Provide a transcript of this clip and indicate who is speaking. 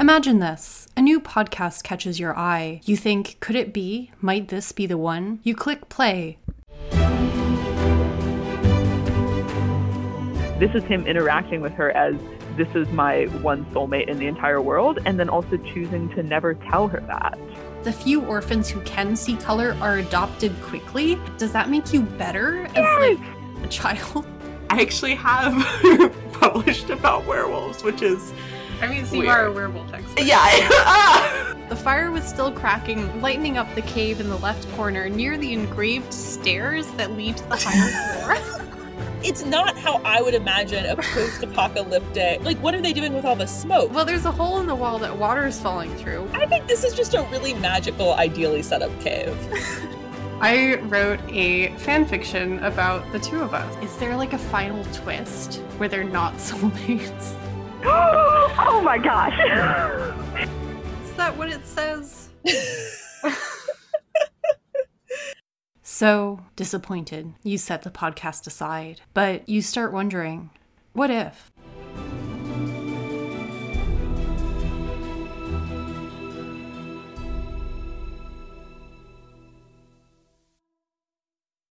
Speaker 1: Imagine this a new podcast catches your eye. You think, could it be? Might this be the one? You click play.
Speaker 2: This is him interacting with her as this is my one soulmate in the entire world, and then also choosing to never tell her that.
Speaker 1: The few orphans who can see color are adopted quickly. Does that make you better as like a child?
Speaker 3: I actually have published about werewolves, which is
Speaker 4: I mean, so you
Speaker 3: Weird.
Speaker 4: are a werewolf expert.
Speaker 3: yeah. I-
Speaker 1: The fire was still cracking, lighting up the cave in the left corner near the engraved stairs that lead to the fire floor.
Speaker 5: It's not how I would imagine a post-apocalyptic. Like, what are they doing with all the smoke?
Speaker 1: well, there's a hole in the wall that water is falling through.
Speaker 5: I think this is just a really magical, ideally set up cave.
Speaker 4: I wrote a fan fiction about the two of us.
Speaker 1: Is there like a final twist where they're not soulmates?
Speaker 2: oh my gosh.
Speaker 1: Is that what it says? so disappointed, you set the podcast aside, but you start wondering what if?